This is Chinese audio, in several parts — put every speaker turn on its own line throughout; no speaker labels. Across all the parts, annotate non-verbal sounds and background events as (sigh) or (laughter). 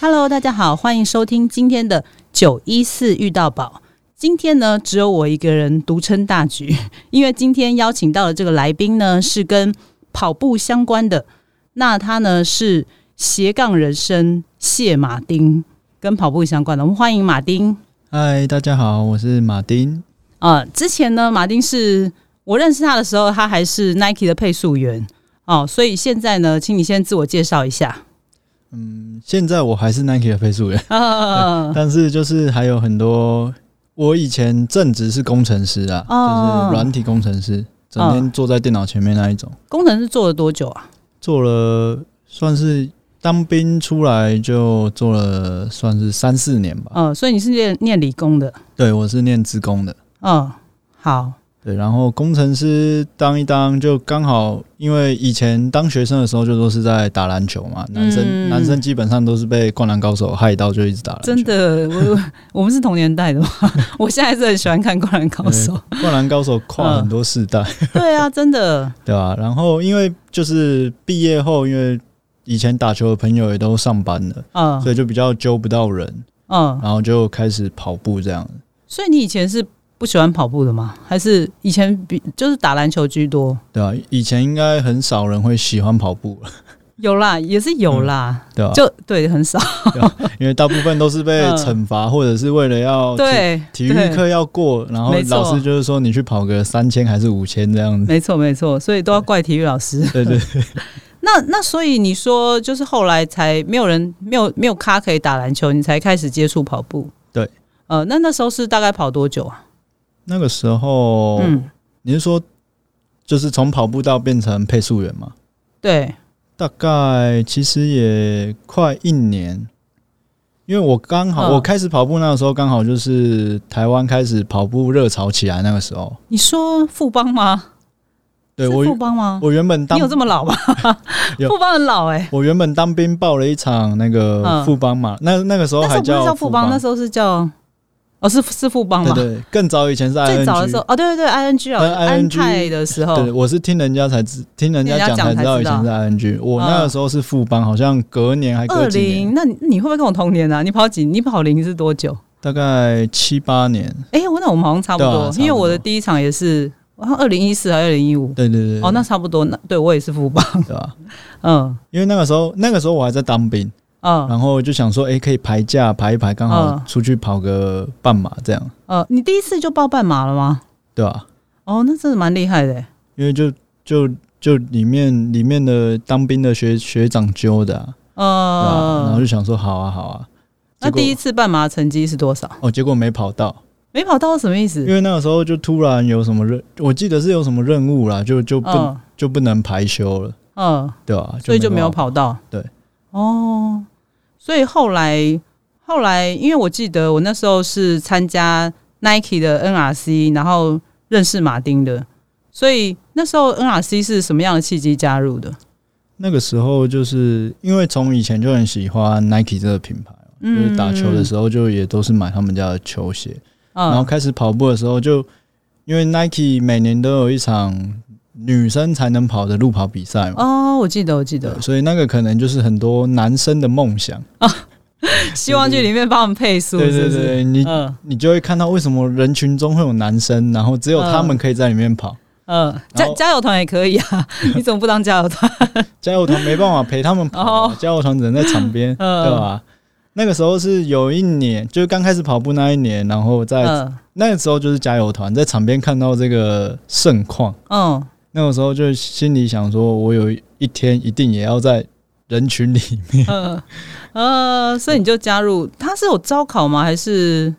Hello，大家好，欢迎收听今天的九一四遇到宝。今天呢，只有我一个人独撑大局， (laughs) 因为今天邀请到的这个来宾呢，是跟跑步相关的。那他呢是斜杠人生谢马丁，跟跑步相关的。我们欢迎马丁。
嗨，大家好，我是马丁。
呃，之前呢，马丁是我认识他的时候，他还是 Nike 的配速员哦，所以现在呢，请你先自我介绍一下。
嗯，现在我还是 Nike 的配速
(laughs)
员，
呃，
但是就是还有很多，我以前正职是工程师啊，
哦
就是软体工程师，整天坐在电脑前面那一种，
工程是做了多久啊？
做了算是当兵出来就做了算是三四年吧。
呃，所以你是念念理工的，
对，我是念职工的。
嗯、好，
对，然后工程师当一当，就刚好因为以前当学生的时候就都是在打篮球嘛，男生、
嗯
男生基本上都是被灌篮高手害到，就一直打篮球。
真的，我 (laughs) 我们是同年代的嘛， (laughs) 我现在还是很喜欢看《灌篮高手》 (laughs)
灌篮高手跨很多世代，
对啊，真的，
对吧、然后因为就是毕业后，因为以前打球的朋友也都上班了，
嗯、
所以就比较揪不到人，
嗯、
然后就开始跑步这样。
所以你以前是不喜欢跑步的吗？还是以前比就是打篮球居多？
对吧、以前应该很少人会喜欢跑步了，
有啦，也是有啦，
对吧、
就对，很
哦
少，
因为大部分都是被
嗯
惩罚，或者是为了要
对，
体育
对
课要过，然后
没错
老师就是说你去跑个三千还是五千
(laughs)
这样子。
没错，没错，所以都要怪体育老师。
对对，
那那所以你说，就是后来才没有人没有没有咖可以打篮球，你才开始接触跑步。
对，
呃，那那时候是大概跑多久啊？
那个时候、
嗯，
你是说就是从跑步到变成配速员吗？
对，
大概其实也快一年，因为我刚好、
嗯
我开始跑步那个时候刚好就是台湾开始跑步热潮起来那个时候，
你说富邦吗？
对
是
我
富邦吗？
我原本
你
当
有这么老吗？
有
富邦很老哎、
我原本当兵报了一场那个
嗯
富邦嘛，那那个时候
那时
还
候不是叫
富
富邦，那时候是叫哦，是是富邦
对
吗？
对，更早以前是 ING，
最早的时候，哦，对对对，ING 哦，
呃
安
ING
泰的时候，
对，我是听人家才知，听人家
人家
讲
讲
才
才
知道
知
以前
道
是 ING。我那
嗯
个时候是富邦，好像隔年还
二
隔几年，
零，那你你会不会跟我同年啊？你跑几？你跑零是多久？
大概七八年。
哎、我那我们好像差不
对
多，
啊差不多
因为我的第一场也是好像二零一四还是二零一五，
对对对，
哦，那差不多，那对我也是富邦， (laughs)
对吧？
嗯
因为那个时候，那个时候我还在当兵，
嗯
然后就想说，哎，可以排假排一排，刚好
嗯
出去跑个半马这样，
呃，你第一次就报半马了吗？
对吧？
哦，那真的蛮厉害的欸，
因为就就就里面里面的当兵的学学长揪的啊，对吧？然
呃，
后就想说，好啊好啊。
那
结果
第一次半马成绩是多少？
哦，结果没跑到，
没跑到是什么意思
因？为那个时候就突然有什么任，我记得是有什么任务啦，就就不
嗯
就不能排休了，
嗯，
对吧、
所以就没有
办法。
跑到。
对，
哦，所以后来后来，因为我记得我那时候是参加 Nike 的 NRC，然后认识马丁的，所以那时候 NRC 是什么样的契机加入的？
那个时候就是因为从以前就很喜欢 Nike 这个品牌嘛，就是打球的时候就也都是买他们家的球鞋，
嗯，
然后开始跑步的时候就因为 Nike 每年都有一场女生才能跑的路跑比赛嘛。
哦，我记得，我记
对
得，
所以那个可能就是很多男生的梦想，
希望剧里面帮我们配速，
对对
是不是？
对，你
嗯
你就会看到为什么人群中会有男生，然后只有他们可以在里面跑，
(laughs) 嗯，
然
加
后
加油团也可以
(laughs)
啊，你怎么不当加油团？
加油团没办法陪他们跑啊、
哦
加油团只能在场边，
嗯
对啊吧？那个时候是有一年，就是刚开始跑步那一年，然后在、
嗯
那个时候就是加油团在场边看到这个盛况，
嗯，
那个时候就心里想说，我有一天一定也要在人群里
(laughs)
面。
嗯呃，所以你就加入，他是有招考吗？还是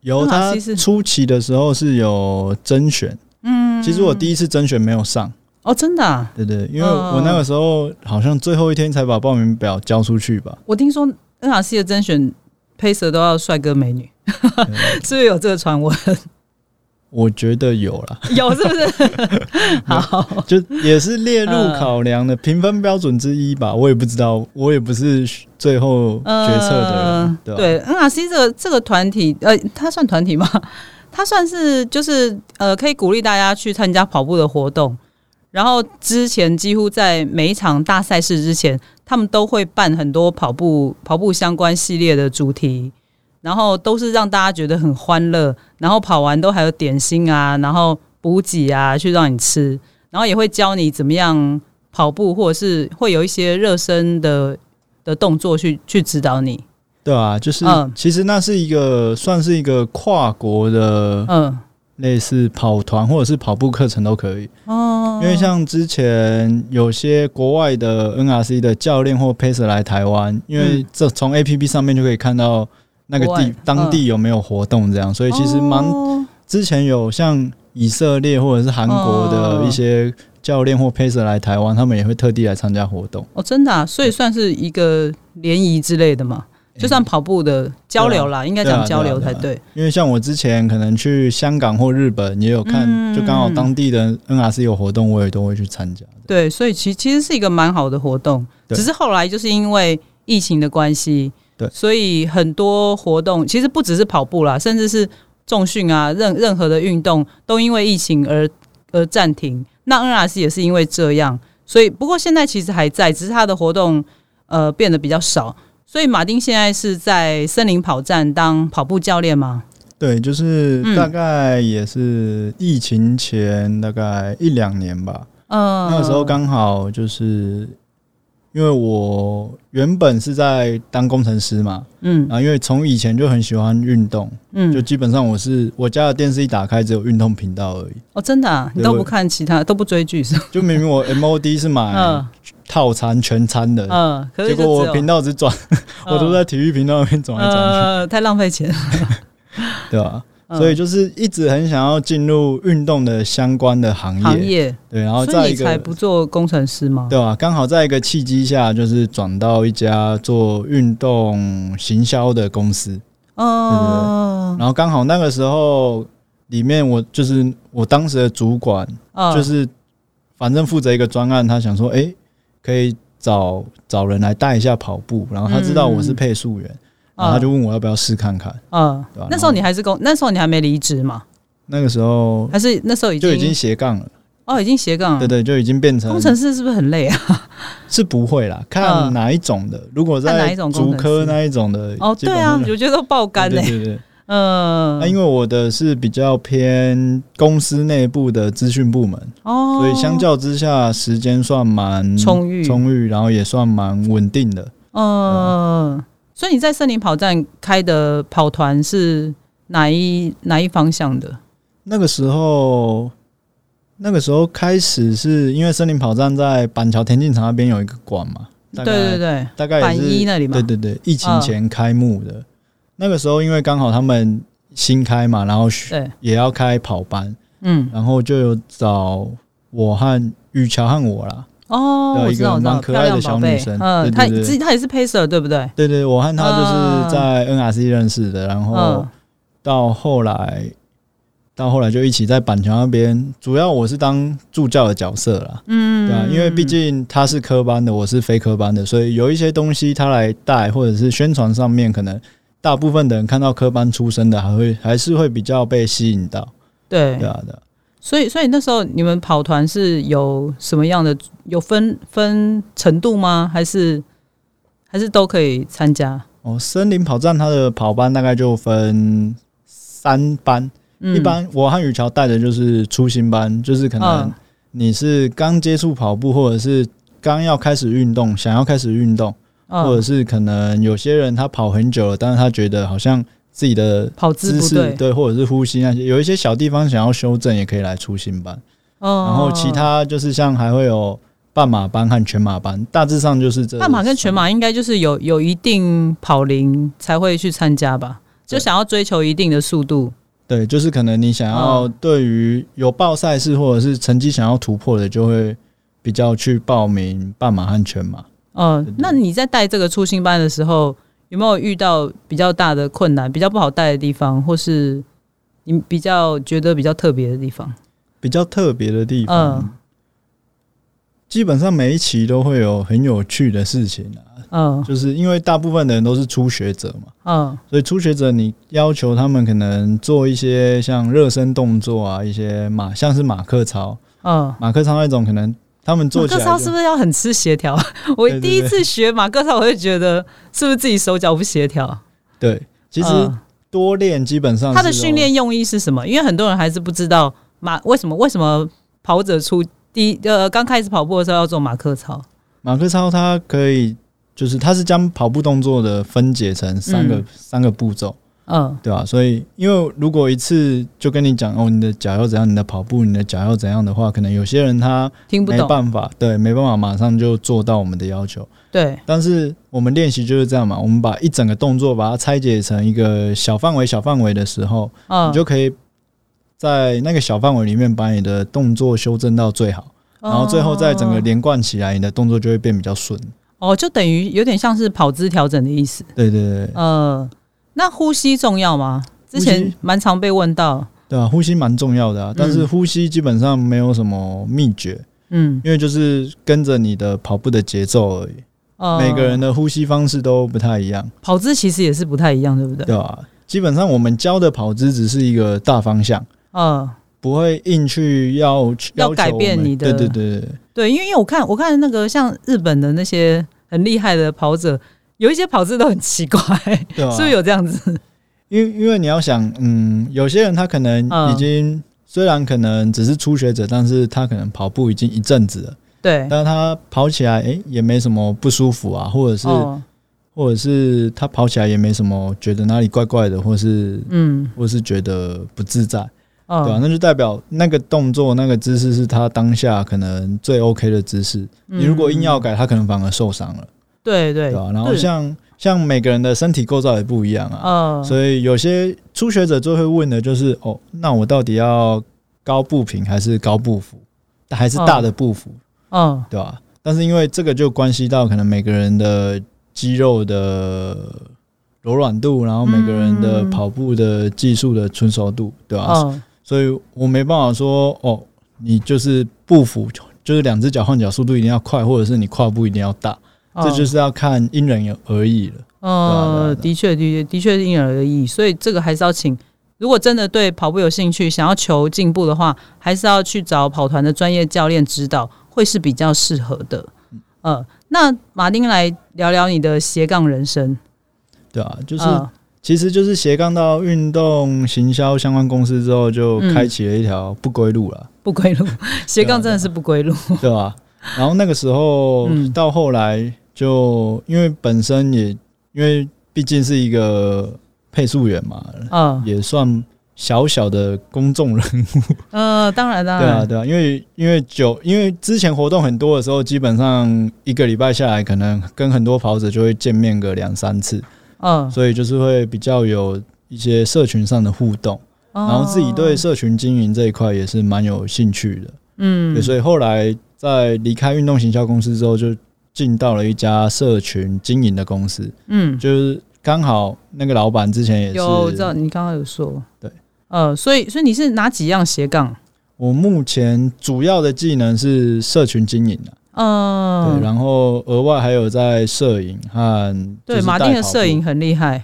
有
那
他
其实
初期的时候是有甄选，
嗯？
其实我第一次甄选没有上，
哦，真的、啊，
对对，因为
嗯
我那个时候好像最后一天才把报名表交出去吧。
我听说 NRC 的甄选配色都要帅哥美女， (laughs) 是不是有这个传闻？
我觉得有啦， (laughs)
有是不是？ (laughs) 好，
就也是列入考量的评分标准之一吧，我也不知道，我也不是最后决策的人
呃，
对吧？
对 NRC 这个这个团体，呃，它算团体吗？ (laughs) 它算是就是呃，可以鼓励大家去参加跑步的活动。然后之前几乎在每一场大赛事之前，他们都会办很多跑步跑步相关系列的主题，然后都是让大家觉得很欢乐，然后跑完都还有点心啊，然后补给啊去让你吃，然后也会教你怎么样跑步，或者是会有一些热身的的动作去去指导你。
对啊，就是、
嗯
其实那是一个算是一个跨国的
嗯，
类似跑团或者是跑步课程都可以，
哦
因为像之前有些国外的 NRC 的教练或 pacer 来台湾，因为
嗯
这从 APP 上面就可以看到那个
国
地
外嗯
当地有没有活动这样，所以欸其实蛮
哦
之前有像以色列或者是韩国的一些教练或 pacer 来台湾，他们也会特地来参加活动，
哦，真的、啊，所以算是一个联谊之类的嘛，就算跑步的交流啦，应该
嗯对
讲
啊
交流
对啊
才
对
对。
因为像我之前可能去香港或日本也有看，
嗯
就刚好当地的 NRC 有活动，我也都会去参加。
对，所以其其实是一个蛮好的活动，
对
只是后来就是因为疫情的关系，
对
所以很多活动其实不只是跑步啦，甚至是重训啊，任任何的运动都因为疫情而而暂停。那 NRC 也是因为这样，所以不过现在其实还在，只是它的活动呃变得比较少。所以马丁现在是在森林跑站当跑步教练吗？
对，就是
嗯
大概也是疫情前大概一两年吧，
嗯、
那个时候刚好就是因为我原本是在当工程师嘛，
嗯
啊，因为从以前就很喜欢运动，就
嗯
基本上我是我家的电视一打开只有运动频道而已，
哦，真的、啊，你
对
都
我
不看其他，都不追剧是吗？
就明
(laughs)
明我 MOD 是买
嗯
套餐全餐的，
嗯，可是
结
就
果
只
我
有
频道只转，我都在体育频道那边转来转去，
哦呃，太浪费钱了。
对吧、
嗯
(laughs) 所以就是一直很想要进入运动的相关的行
嗯
业，
行业，
对，然后
所
再
以
一
你才
个
不做工程师吗？
对吧、刚好在一个契机下，就是转到一家做运动行销的公司，
嗯，
然后刚好那个时候里面我就是我当时的主管，
嗯
就是反正负责一个专案，他想说，哎、可以找找人来带一下跑步，然后他知道我是配速员，然后他就问我要不要试看看。
嗯
对啊
那时候你还是工，那时候你还没离职嘛？
那个时候
还是那时候已经
就已经斜杠了，
哦，已经斜杠了。
对对，就已经变成
工程师是不是很累啊？
是不会啦，看
嗯
哪一种的。如果
看哪
在
一种工
竹
程
科
师
那一种的，
哦，
基
对
本
啊，
上
我觉得都欸爆肝
对
嘞。
对对对。
嗯
那，因为我的是比较偏公司内部的资讯部门，
哦，嗯
所以相较之下时间算蛮
充裕
充裕，然后也算蛮稳定的。
嗯，所以你在森林跑站开的跑团是哪一哪一方向的？
那个时候，那个时候开始是因为森林跑站在板桥田径场那边有一个馆嘛，大
对
概
对对，
大概
板
也
一
是
那里嘛嗯
对。对对，疫情前开幕的。那个时候因为刚好他们新开嘛，然后需
对，
也要开跑班，
嗯，
然后就有找我和雨乔和我啦。
哦，
对
我
一
知
个
道，我知道，
蛮可
漂
爱的
亮
小
宝
女
贝
生对
嗯，
对
她
对
自她也是 Pacer 对不对？
对对，我和他就
啊
是在 NRC 认识的，然后
嗯
到后来，到后来就一起在板桥那边。主要我是当助教的角色啦，
嗯
对啊，因为毕竟他是科班的，我是非科班的，所以有一些东西他来带，或者是宣传上面，可能大部分的人看到科班出身的，还会还是会比较被吸引到。
对
对，啊，对啊
所以所以那时候你们跑团是有什么样的有分分程度吗？还是还是都可以参加？
哦，森林跑站它的跑班大概就分三班，
嗯
一般我和雨乔带的就是初心班，就是可能
嗯
你是刚接触跑步，或者是刚要开始运动，想要开始运动，或者
嗯，
是可能有些人他跑很久了，但是他觉得好像自己的
跑姿
姿
不
势
对，
对，或者是呼吸那些，有一些小地方想要修正，也可以来出新班。
嗯
然后其他就是像还会有半马班和全马班，大致上就是这
半马跟全
三
马应该就是有有一定跑龄才会去参加吧，就
对
想要追求一定的速度。
对，就是可能你想要
嗯
对于有报赛事或者是成绩想要突破的，就会比较去报名半马和全马。
嗯
对，
那你在带这个初心班的时候，有没有遇到比较大的困难、比较不好带的地方，或是你比较觉得比较特别的地方？
比较特别的地方，
嗯
基本上每一期都会有很有趣的事情啊，
嗯
就是因为大部分的人都是初学者嘛，
嗯
所以初学者你要求他们可能做一些像热身动作啊，一些马像是马克操，
嗯
马克操那种可能他们做
马
起来
克
就
操是不是要很吃协调？我
对对
第一次学马克操，我就觉得是不是自己手脚不协调？
对，其实
嗯
多练基本上
他的
是
训练用意是什么？因为很多人还是不知道马为什么为什么跑者出第一呃刚开始跑步的时候要做马克操，
马克操，它可以就是它是将跑步动作的分解成三个、
嗯
三个步骤，
嗯
对吧、所以因为如果一次就跟你讲哦，你的脚要怎样，你的跑步，你的脚要怎样的话，可能有些人他
听不
没
懂，
办法，对，没办法马上就做到我们的要求。
对，
但是我们练习就是这样嘛，我们把一整个动作把它拆解成一个小范围、小范围的时候，
嗯
你就可以在那个小范围里面把你的动作修正到最好，然后最后再整个连贯起来，你的动作就会变比较顺。
哦，就等于有点像是跑姿调整的意思。
对对对，
呃，那呼吸重要吗？之
呼
前
吸
蛮常被问到，
对啊，呼吸蛮重要的啊，但是呼吸基本上没有什么秘诀，
嗯，
因为就是跟着你的跑步的节奏而已，
呃，
每个人的呼吸方式都不太一样，
跑姿其实也是不太一样，对不对？
对吧、啊？基本上我们教的跑姿只是一个大方向。
呃，
不会硬去要
要
求
改变
我们
你的
对对对对
对，因为因为我看我看那个像日本的那些很厉害的跑者，有一些跑姿都很奇
(laughs)
怪，
对啊
是不是有这样子？ (laughs)
因为因为你要想，嗯，有些人他可能
嗯
已经、虽然可能只是初学者，但是他可能跑步已经一阵子了，
对，
但是他跑起来诶、也没什么不舒服啊，或者是、
哦，
或者是他跑起来也没什么觉得哪里怪怪的，或是
嗯，
或是觉得不自在，
哦，
对吧、啊那就代表那个动作那个姿势是他当下可能最 OK 的姿势。你如果硬要改，他可能反而受伤了。
嗯对对
对啊，然后
对
像像每个人的身体构造也不一样啊，
呃，
所以有些初学者最会问的就是哦，那我到底要高步频还是高步幅，还是大的步幅，
嗯，
对吧、但是因为这个就关系到可能每个人的肌肉的柔软度，然后每个人的
嗯
跑步的技术的成熟度，对吧、
嗯，，
所以我没办法说哦，你就是步幅就是两只脚换脚速度一定要快，或者是你跨步一定要大。这就是是要看因人而异了。对啊对
呃
啊，
的确，的确，的确是因人而异，所以这个还是要请。如果真的对跑步有兴趣，想要求进步的话，还是要去找跑团的专业教练指导，会是比较适合的。
嗯
呃，那马丁来聊聊你的斜杠人生，
对啊，就是、
嗯
其实就是斜杠到运动行销相关公司之后，就
嗯
开启了一条不归路了，
不归路， (laughs) 斜杠
啊
真的是不归路。
对吧、然后那个时候、
嗯
到后来就因为本身也因为毕竟是一个配速员嘛，
嗯
也算小小的公众人物，
呃，当然当
对啊
然，
对啊，因为因为久因为之前活动很多的时候，基本上一个礼拜下来，可能跟很多跑者就会见面个两三次，
嗯，
啊所以就是会比较有一些社群上的互动，
然
然后自己对社群经营这一块也是蛮有兴趣的，
嗯
对，所以后来在离开运动行销公司之后，就进到了一家社群经营的公司，
嗯
就是刚好那个老板之前也
有，我知道
是，
你刚刚有说
对，
呃，所以所以你是哪几样斜杠？
我目前主要的技能是社群经营啊，对，
嗯，
然后额外还有在摄影和
对，
就是
马
带
丁的
跑步
摄影很厉害，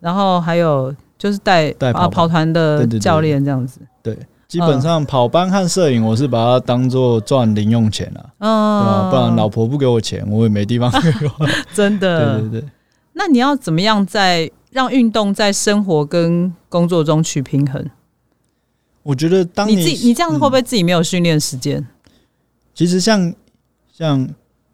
然后还有就是带
带跑
啊
团
跑团的
对对对
教练这样子，
基本上跑班和摄影，我是把它当做赚零用钱啊。对啊，
嗯，
不然老婆不给我钱，我也没地方给花。
(laughs) 真的
对。对对，
那你要怎么样在让运动在生活跟工作中取平衡？
我觉得当嗯
你自己你这样会不会自己没有训练时间？ (laughs)
其实像像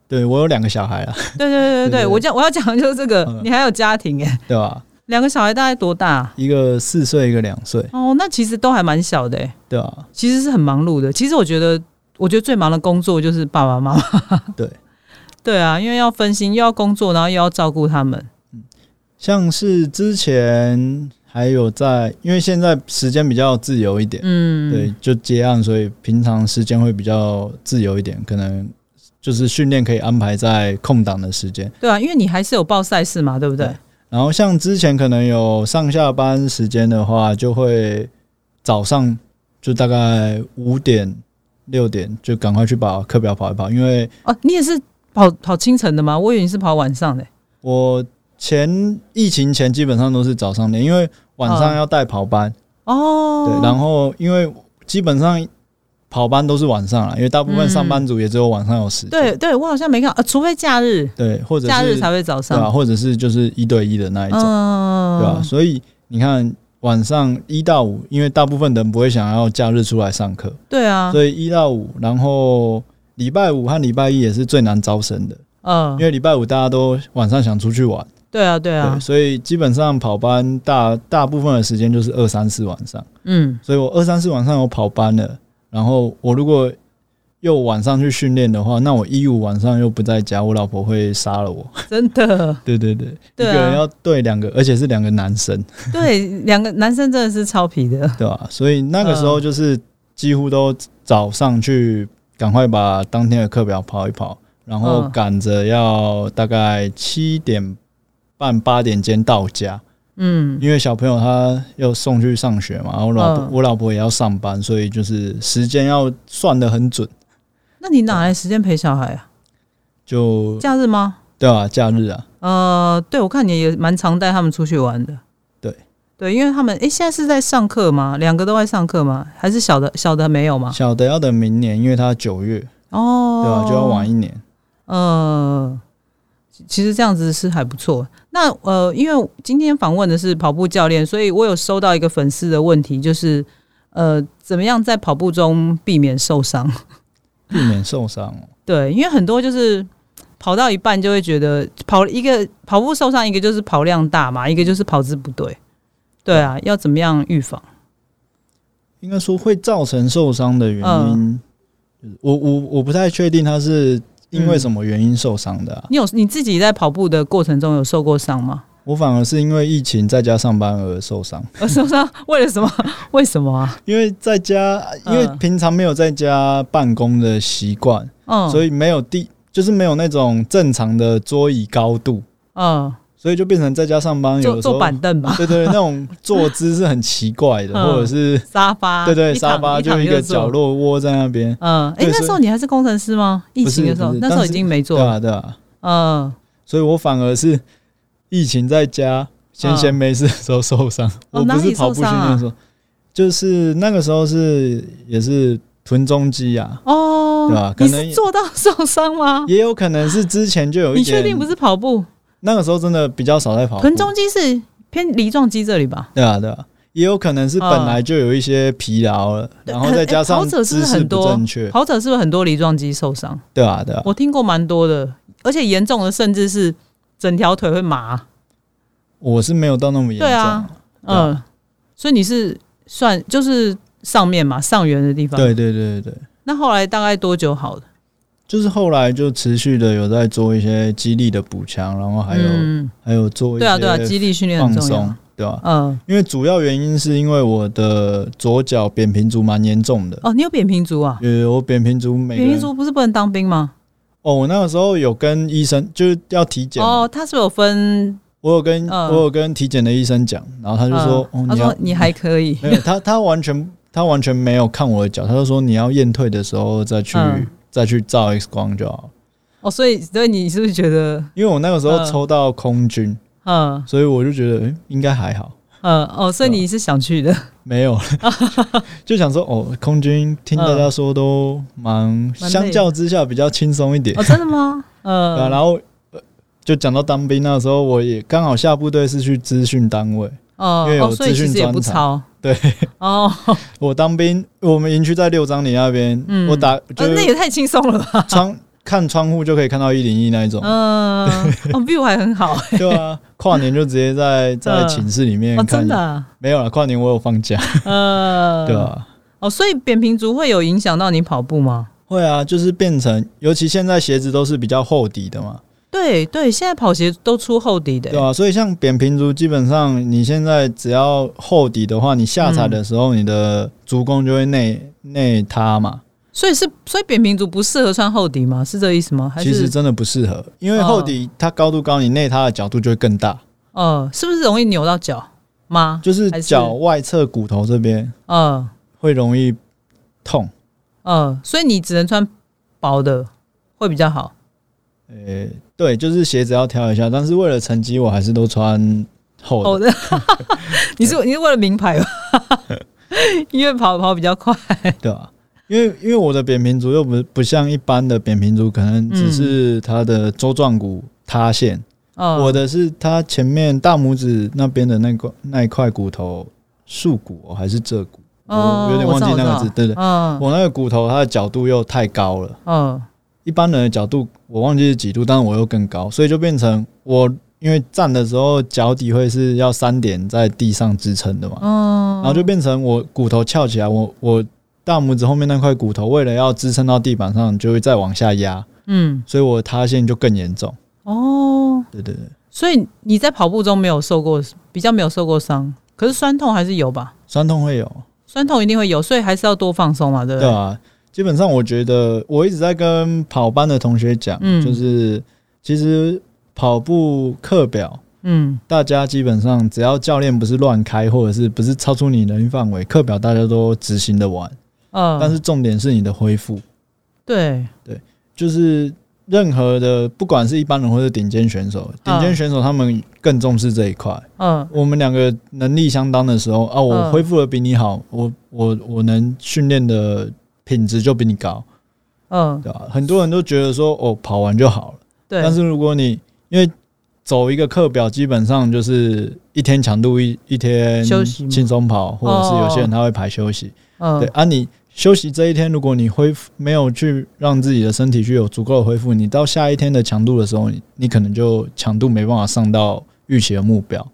对我有两个小孩啊，
对对对对
对
对，
对对
我讲我要讲的就是这个，
嗯
你还有家庭耶，
对吧、
两个小孩大概多大？
一个四岁，一个两岁，
哦，那其实都还蛮小的耶，欸
对吧、
其实是很忙碌的。其实我觉得，我觉得最忙的工作就是爸爸妈 (laughs) 妈。
对，
对啊，因为要分心，又要工作，然后又要照顾他们。
像是之前还有在，因为现在时间比较自由一点，
嗯，
对，，就接案，所以平常时间会比较自由一点，可能就是训练可以安排在空档的时间。
对啊，因为你还是有报赛事嘛，对不对？
然后像之前可能有上下班时间的话，就会早上就大概五点六点就赶快去把课表跑一跑，因为
哦，你也是跑跑清晨的吗？我以为你是跑晚上的。
我前疫情前基本上都是早上练，因为晚上
嗯
要带跑班，
哦，
对，然后因为基本上。跑班都是晚上啊，因为大部分上班族也只有晚上有时间。
对对，我好像没看到，呃，除非假日，
对，或者是
假日才会早
对啊吧、
上。
或者是就是一对一的那一种，
嗯，
对吧、所以你看晚上一到五，因为大部分人不会想要假日出来上课，
对啊，
所以一到五，然后礼拜五和礼拜一也是最难招生的，
嗯
因，为礼拜五大家都晚上想出去玩，
对啊，对啊
对，，所以基本上跑班大大部分的时间就是二三四晚上，
嗯，
所以我二三四晚上有跑班了，然后我如果又晚上去训练的话，那我一五晚上又不在家，我老婆会杀了我。 (laughs)
真的，
对对对，
对啊
一个人要对两个，而且是两个男生，
对，两个男生真的是超皮的，
对吧、所以那个时候就是几乎都早上去，赶快把当天的课表跑一跑，然后
嗯
赶着要大概七点半八点间到家，
嗯，
因为小朋友他要送去上学嘛，然后我老婆、
嗯
我老婆也要上班，所以就是时间要算得很准，
那你哪来时间陪小孩啊？
就
假日吗？
对啊，假日啊，
呃，对，我看你也蛮常带他们出去玩的。
对
对，因为他们诶，现在是在上课吗？两个都在上课吗？还是小的小的没有吗？
小的要等明年，因为他九月
啊哦，
对吧、就要晚一年。
呃，其其实这样子是还不错。那呃，因为今天访问的是跑步教练，所以我有收到一个粉丝的问题，就是呃，怎么样在跑步中避免受伤？
避免受伤、哦。
对，因为很多就是跑到一半就会觉得跑一个跑步受伤，一个就是跑量大嘛，一个就是跑姿不对。对啊，要怎么样预防？
应该说会造成受伤的原
嗯
因，我我我不太确定他是因为什么原因受伤的啊、
你有你自己在跑步的过程中有受过伤 (laughs) 吗？
我反而是因为疫情在家上班而受伤，
呃，受伤为了 (laughs) 什么？为什么啊？
因为在家，因
嗯
为平常没有在家办公的习惯，
嗯，
所
以
以没有地，就是没有那种正常的桌椅高度，
嗯，
所以就变成在家上班有
坐
的时候
坐，板凳
(laughs)
吧，
对对，对那种坐姿是很奇怪
(laughs)
的，
嗯
或者是
沙发，
对
嗯
对
一躺
沙发就
躺
一个
坐
角。落窝在那边，
嗯，哎、
对
那时
所
候你还是工程师吗？疫
不是
情的时候，
不是
那时候
当
已
时
经没做
对
了。
啊对啊，
嗯，
所以我反而是疫情在家闲闲没事的时候受伤。
嗯哦
我
哪
不
里
是跑步
受
训
伤啊
练的时候，就是那个时候是也是臀中肌啊，
哦，
对啊可
你
能
是做到受伤吗？
也有可能是之前就有
哦
一
你
点。
确定不是跑步？
那个时候真的比较少在跑步
臀中肌是偏梨状肌这里吧？
对啊对啊，也有可能是本来就有一些疲劳了，
嗯对
然后
很
再
哎
加
跑
上
者是不
姿
是
势
很
不
多
正确，
跑者是不是很多梨状肌受伤？
对啊对啊，
我听过蛮多的，而且严重的甚至是整条腿会麻。
我是没有到那么严重
对啊。
对啊
嗯，所以你是算就是上面嘛，上缘的地方。。
对对对对对，
那后来大概多久好的？
就是后来就持续的有在做一些肌力的补强，然后还有、
嗯，
还哎有做一
对啊，对啊，
些
肌力训练
放
很重
松
要。，
对吧、啊
嗯，
因为主要原因是因为我的左脚扁平足蛮严重的，
哦，你有扁平足啊？
因为我扁平足每
扁
个
平
人
足不是不能当兵吗？
哦，我那个时候有跟医生就是要体检嘛，
哦，他是有分，
我有跟、
嗯
我有跟体检的医生讲，然后他就说，
嗯
哦，
他
你要
说你还可以，
(laughs) 没有他他完全他完全没有看我的脚，他就说你要验退的时候再去、
嗯
再去照 X 光就好了，
哦，所以所以你是不是觉得，
因为我那个时候
嗯
抽到空军，
嗯
所以我就觉得、诶应该还好。
嗯哦，所以
啊
你是想去的，
没有， (laughs) 就想说哦，空军听大家说都蛮，
嗯累的
相较之下比较轻松一点。
哦，真的 (laughs) 吗？
对啊，
嗯，
然后呃就讲到当兵那时候，我也刚好下部队是去资讯单位。
哦
因为有
哦，所以其实也不超，
对，
(laughs) 哦，
我当兵，我们营区在六张里那边，
嗯
我打就
呃那
是
也太轻松了吧，
窗看窗户就可以看到一零一那一种，
嗯， (laughs) 哦，view 还很好，
(laughs) 对啊，跨年就直接在在寝室里面
哦，
看
真。的啊，
没有了，跨年我有放假，
(laughs) 呃，
对，啊。
哦，所以扁平足会有影响到你跑步吗？
会啊，就是变成，尤其现在鞋子都是比较厚底的嘛，
对对，现在跑鞋都出厚底的欸
对，啊，所以像扁平足，基本上你现在只要厚底的话，你下踩的时候，你的足弓就会内内塌嘛。
所以是所以扁平足不适合穿厚底吗？是这意思吗？还
其实
是嗯
真的不适合，因为厚底它高度高，你内塌的角度就会更大，
呃，是不是容易扭到脚吗？
就是
还是
脚外侧骨头这边
呃
会容易痛。
呃，所以你只能穿薄的会比较好。
呃，对，就是鞋子要挑一下，但是为了成绩，我还是都穿厚的。
厚的， (laughs) 你是你是为了名牌吧？因为跑跑比较快，
(laughs) 对吧、啊因为因为我的扁平足又不不像一般的扁平足，可能
嗯
只是它的周状骨塌陷，
哦，
我的是它前面大拇指那边的那块那一块骨头，束骨、哦、还是这骨，
哦
我有点忘记那个字，对对，
嗯
我那个骨头它的角度又太高了。
嗯
一般人的角度我忘记是几度，但是我又更高，所以就变成我因为站的时候脚底会是要三点在地上支撑的嘛，
嗯，
然后就变成我骨头翘起来，我我大拇指后面那块骨头为了要支撑到地板上，就会再往下压，
嗯
所以我塌陷就更严重。
哦，
对对对，
所以你在跑步中没有受过比较没有受过伤，可是酸痛还是有吧？
酸痛会有，
酸痛一定会有，所以还是要多放松嘛，对不
对
对？
啊，基本上我觉得我一直在跟跑班的同学讲，
嗯
就是其实跑步课表
嗯
大家基本上只要教练不是乱开，或者是不是超出你能力范围，课表大家都执行的完。
呃，
但是重点是你的恢复，
对，
就是任何的，不管是一般人或者顶尖选手，顶尖选手他们更重视这一块。
嗯
我们两个能力相当的时候啊，我
嗯
恢复的比你好，我我我能训练的品质就比你高，
嗯，
对吧？很多人都觉得说哦，跑完就好了，
对，
但是如果你因为走一个课表，基本上就是一天强度一一天
休息吗哦
轻松跑，或者是有些人他会排休息。
嗯
对啊，你休息这一天，如果你恢复没有去让自己的身体去有足够的恢复，你到下一天的强度的时候，你你可能就强度没办法上到预期的目标。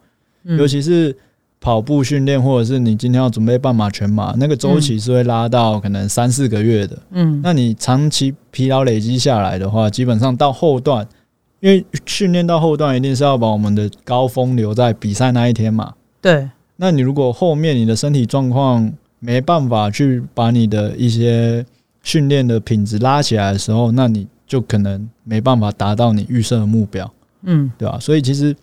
嗯
尤其是跑步训练，或者是你今天要准备半马、全马，那个周期是会拉到可能三四个月的。
嗯
那你长期疲劳累积下来的话，基本上到后段，因为训练到后段一定是要把我们的高峰留在比赛那一天嘛。
对，
那你如果后面你的身体状况没办法去把你的一些训练的品质拉起来的时候，那你就可能没办法达到你预设的目标，
嗯
对吧、所以其实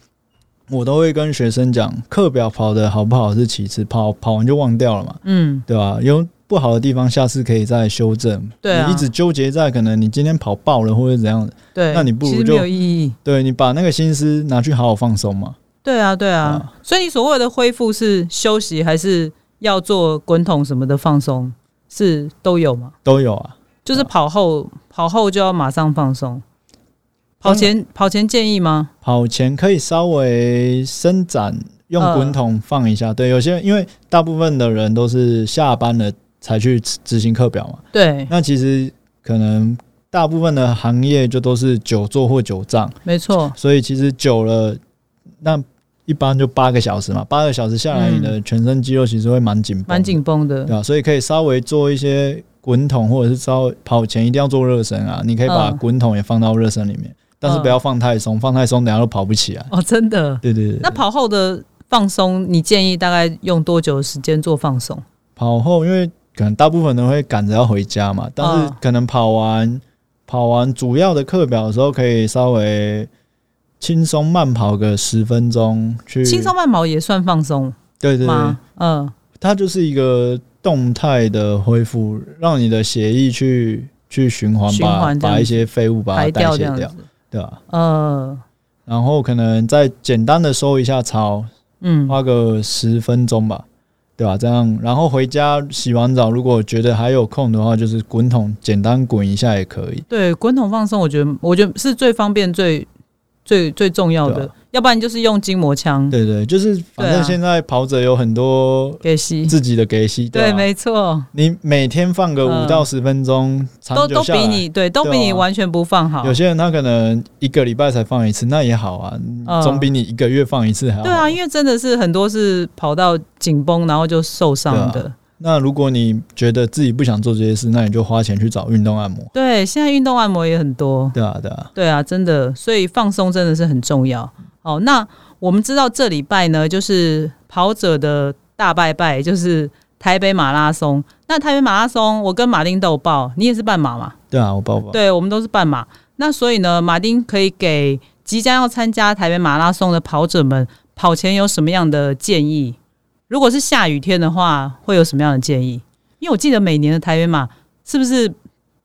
我都会跟学生讲，课表跑的好不好是其次，跑跑完就忘掉了嘛。
嗯
对吧、有不好的地方，下次可以再修正。
对啊
你一直纠结在可能你今天跑爆了或者怎样的，
对，
那你不如
其实
就
没有意义。
对你把那个心思拿去好好放松嘛。
对啊，对啊，
嗯
所以你所谓的恢复是休息，还是要做滚筒什么的放松，是都有吗？
都有啊，
就是跑后，跑后就要马上放松。跑前，
嗯
跑前建议吗？
跑前可以稍微伸展，用
嗯
滚筒放一下。对，有些人因为大部分的人都是下班了才去执执行课表嘛，
对，
那其实可能大部分的行业就都是久坐或久站，
没错，
所以其实久了，那一般就八个小时嘛，八个小时下来，
嗯
你的全身肌肉其实会蛮紧绷的，
蛮紧绷的
对。啊，所以可以稍微做一些滚筒，或者是稍跑前一定要做热身啊。你可以把
嗯
滚筒也放到热身里面，但是
嗯
不要放太松，放太松等下都跑不起来。
哦，真的。
对对对，
那跑后的放松，你建议大概用多久的时间做放松？
跑后，因为可能大部分人会赶着要回家嘛，但是
嗯
可能跑完跑完主要的课表的时候，可以稍微轻松慢跑个十分钟去
轻松，慢跑也算放松
对对对，
吗？嗯，
它就是一个动态的恢复，让你的血液去去循环，
循
把
环这样
把一些废物把
排
它代
掉
谢
这样
掉，
子。
对吧、
呃，
然后可能再简单的收一下操，
嗯，
花个十分钟吧，对吧、这样，然后回家洗完澡，如果觉得还有空的话，就是滚筒简单滚一下也可以。
对，滚筒放松，我觉得我觉得是最方便、最最最重要
对
的
啊。
要不然就是用筋膜枪
对对，就是反
对
正
啊
现在跑者有很多
给吸。
自己的给息，
对，啊
吧
没错，
你每天放个五
嗯
到十分钟，长
都
久
都
下
比
来。
你对，都
对
比你
啊
完全不放好
有。些人他可能一个礼拜才放一次，那也好啊，
嗯
总比你一个月放一次还好。
对啊，因为真的是很多是跑到紧绷，然后就受伤
对啊
的。
那如果你觉得自己不想做这些事，那你就花钱去找运动按摩。
对，现在运动按摩也很多。
对啊，对啊，
对啊，真的，所以放松真的是很重要。好，那我们知道这礼拜呢，就是跑者的大拜拜，就是台北马拉松。那台北马拉松，我跟马丁都有报，你也是半马嘛？
对啊，我抱抱。
对，我们都是半马。那所以呢，马丁可以给即将要参加台北马拉松的跑者们，跑前有什么样的建议？如果是下雨天的话，会有什么样的建议？因为我记得每年的台北马是不是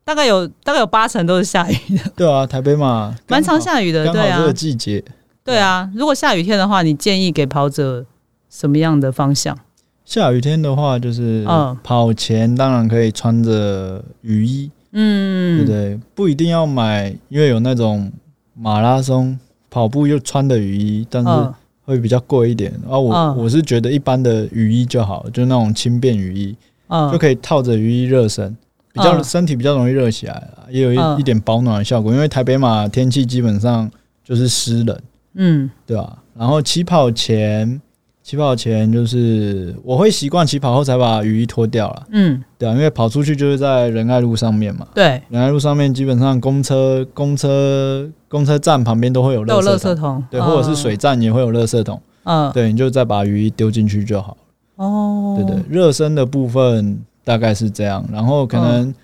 大概有大概有八成都是下雨，
对啊，台北嘛，
蛮
刚好
常下雨的，
刚
对
好这
啊
个，季节，
对啊。如果下雨天的话，你建议给跑者什么样的方向？
下雨天的话，就是
嗯
跑前当然可以穿着雨衣，对
嗯，
不对？不一定要买，因为有那种马拉松跑步又穿的雨衣，但是
嗯
会比较贵一点。啊，我、
嗯
我是觉得一般的雨衣就好，就那种轻便雨衣，就
嗯
可以套着雨衣热身，比较、
嗯
身体比较容易热起来啦，也有一、
嗯
一点保暖的效果。因为台北马天气基本上就是湿冷，
嗯
对吧、然后起跑前，起跑前就是我会习惯起跑后才把雨衣脱掉了，
嗯，
对啊，因为跑出去就是在仁爱路上面嘛。
对，
仁爱路上面基本上公车、公车、公车站旁边都会有
都有垃
圾
圾
桶，
桶，呃
对，或者是水站也会有垃圾桶，
嗯，嗯，
对，你就再把雨衣丢进去就好，
哦，
对对。热身的部分大概是这样，然后可
嗯
能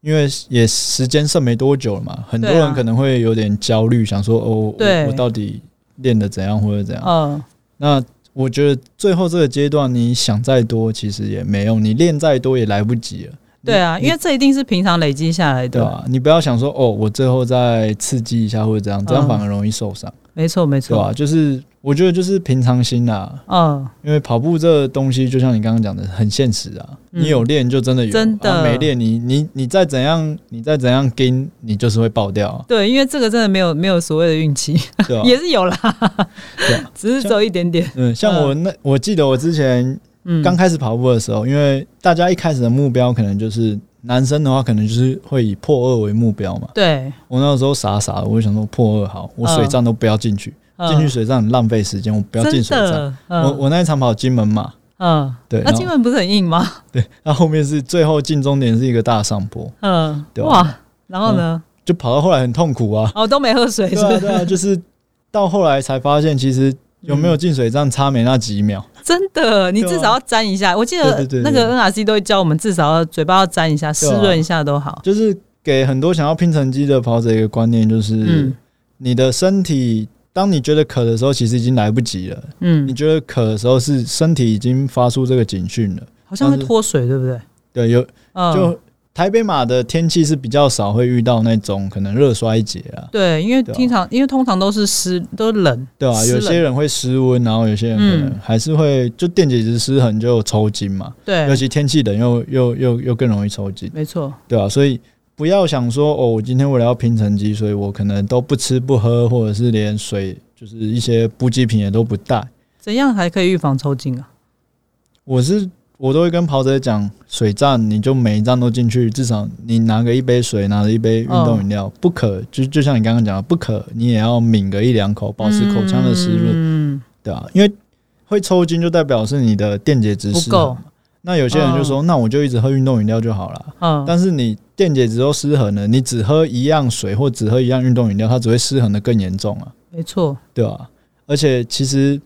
因为也时间剩没多久了嘛，很多
对啊
人可能会有点焦虑，想说哦，
对
我我到底练的怎样或者怎样？
嗯，
那我觉得最后这个阶段，你想再多其实也没用，你练再多也来不及了。
对啊，
你
因为这一定是平常累积下来
对啊
的，
吧？你不要想说哦，我最后再刺激一下或者怎样，这
嗯
样反而容易受伤，
没错没
对
错，
吧？就是我觉得就是平常心啦、
嗯，
因为跑步这个东西，就像你刚刚讲的，很现实啊。
嗯
你有练就真的有，
真的
啊没练你你你再怎样，你再怎样跟，你就是会爆掉啊、
对，因为这个真的没有没有所谓的运气，
对吧、
(laughs)
啊
也是有啦
对啊，
(laughs) 只是只有一点点，
嗯，像我那我记得我之前
嗯，
刚开始跑步的时候，因为大家一开始的目标可能就是男生的话，可能就是会以破二为目标嘛。
对，
我那时候傻傻的，我就想说破二好，我水站都不要进去。
嗯
进去水站很浪费时间，我不要进水
真
站。
的，
我
嗯
我那一场跑金门嘛，
嗯，
对，
那
然后
金门不是很硬吗？
对，那后 (laughs) 面是最后进终点是一个大上坡，
嗯，
对啊
哇，然后呢？。
就跑到后来很痛苦啊
(laughs) 哦，都没喝水
对
是不
啊
是？
对啊， (laughs) 就是到后来才发现，其实有没有进水站差没那几秒。
真的，你
对啊
至少要沾一下。我记得
对对对
那
对
个 NRC 都会教我们，至少要嘴巴要沾一下，湿
对啊
润一下都好。
就是给很多想要拼成绩的跑者一个观念，就是、
嗯
你的身体，当你觉得渴的时候，其实已经来不及了。你
嗯，
觉得渴的时候，是身体已经发出这个警讯了。
好像会
但是
脱水，对不对？
对，有
嗯，
就台北马的天气是比较少会遇到那种可能热衰竭啊，
对，因为
对啊
经常因为通常都是湿，都冷。
对吧、
湿
有
冷嗯
些人会失温，然后有些人可能还是会就电解质失衡就抽筋嘛，
对
尤，其天气冷又又又又更容易抽筋，
没错。
对吧、啊所以不要想说哦，我今天为了要拼成绩，所以我可能都不吃不喝，或者是连水就是一些补给品也都不带。
怎样才可以预防抽筋啊？
我是我都会跟跑者讲，水站你就每一站都进去，至少你拿个一杯水，拿着一杯运动
嗯
饮料，不渴就就像你刚刚讲的，不渴你也要抿个一两口，保持口腔的湿润，
嗯，
对啊，因为会抽筋就代表是你的电解质
不
失衡
够
嘛。。那有些人就说，那我就一直喝运动饮料就好了。
嗯，
但是你电解质都失衡了，你只喝一样水或只喝一样运动饮料，它只会失衡的更严重啊。
没错。
对啊，而且其实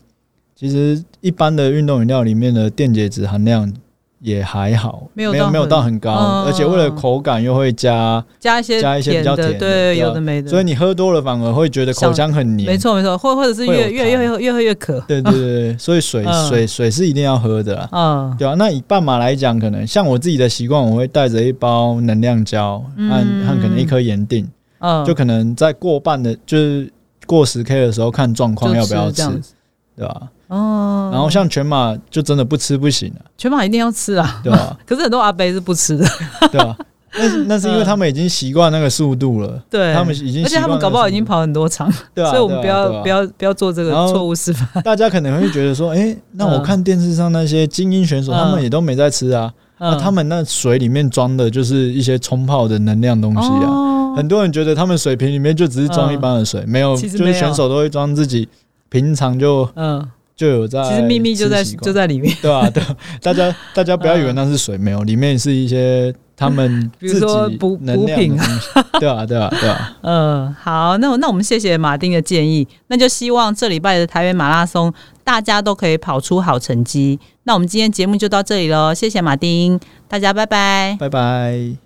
其实一般的运动饮料里面的电解质含量也还好，
没有到
没有
很
没有到很高，
嗯
而且为了口感又会加，
加一些
加一些比较
的，
甜的
对，
对啊
有的没的。
所以你喝多了反而会觉得口腔很黏。
没，错没错，或或者是
会有
越越
痰
越越喝越渴。
对对对
(laughs)
对，所以水、
嗯
水水是一定要喝的啦。
嗯，
对啊，那以半马来讲，可能像我自己的习惯，我会带着一包能量胶和
嗯
和可能一颗盐锭，
嗯，
就可能在过半的，就是过十 K 的时候看状况
就
要不要
吃这
吃，
样子。
对吧、
哦，
然后像全马就真的不吃不行了、
全马一定要吃啊，(laughs)
对吧、
可是很多阿伯是不吃的。
对吧、那是那是因为他们已经习惯那个速度了，
对，
他们已经
而且他们搞不好已经跑很多场，
习惯那个速度，对啊，
所以我们不
对啊
要、
对啊
不要不要做这个
然后
错误示范。
(laughs) 大家可能会觉得说，哎，那我看电视上那些精英选手，
嗯
他们也都没在吃啊，那
嗯
他们那水里面装的就是一些冲泡的能量东西啊。
哦嗯
很多人觉得他们水瓶里面就只是装一般的水，没有，
其实
就
没
是
有
选手都会装自己平常就
嗯，
就有在，
其实秘密就在就。在里面，
对啊，对啊，大家大家不要以为那是水，没有，里面是一些他们
(laughs) 比如
自己
说补
能量的
补品啊
东西对啊，对啊，对啊，
嗯，好，那我那我们谢谢马丁的建议，那就希望这礼拜的台北马拉松大家都可以跑出好成绩。那我们今天节目就到这里喽，谢谢马丁，大家拜拜。
拜拜。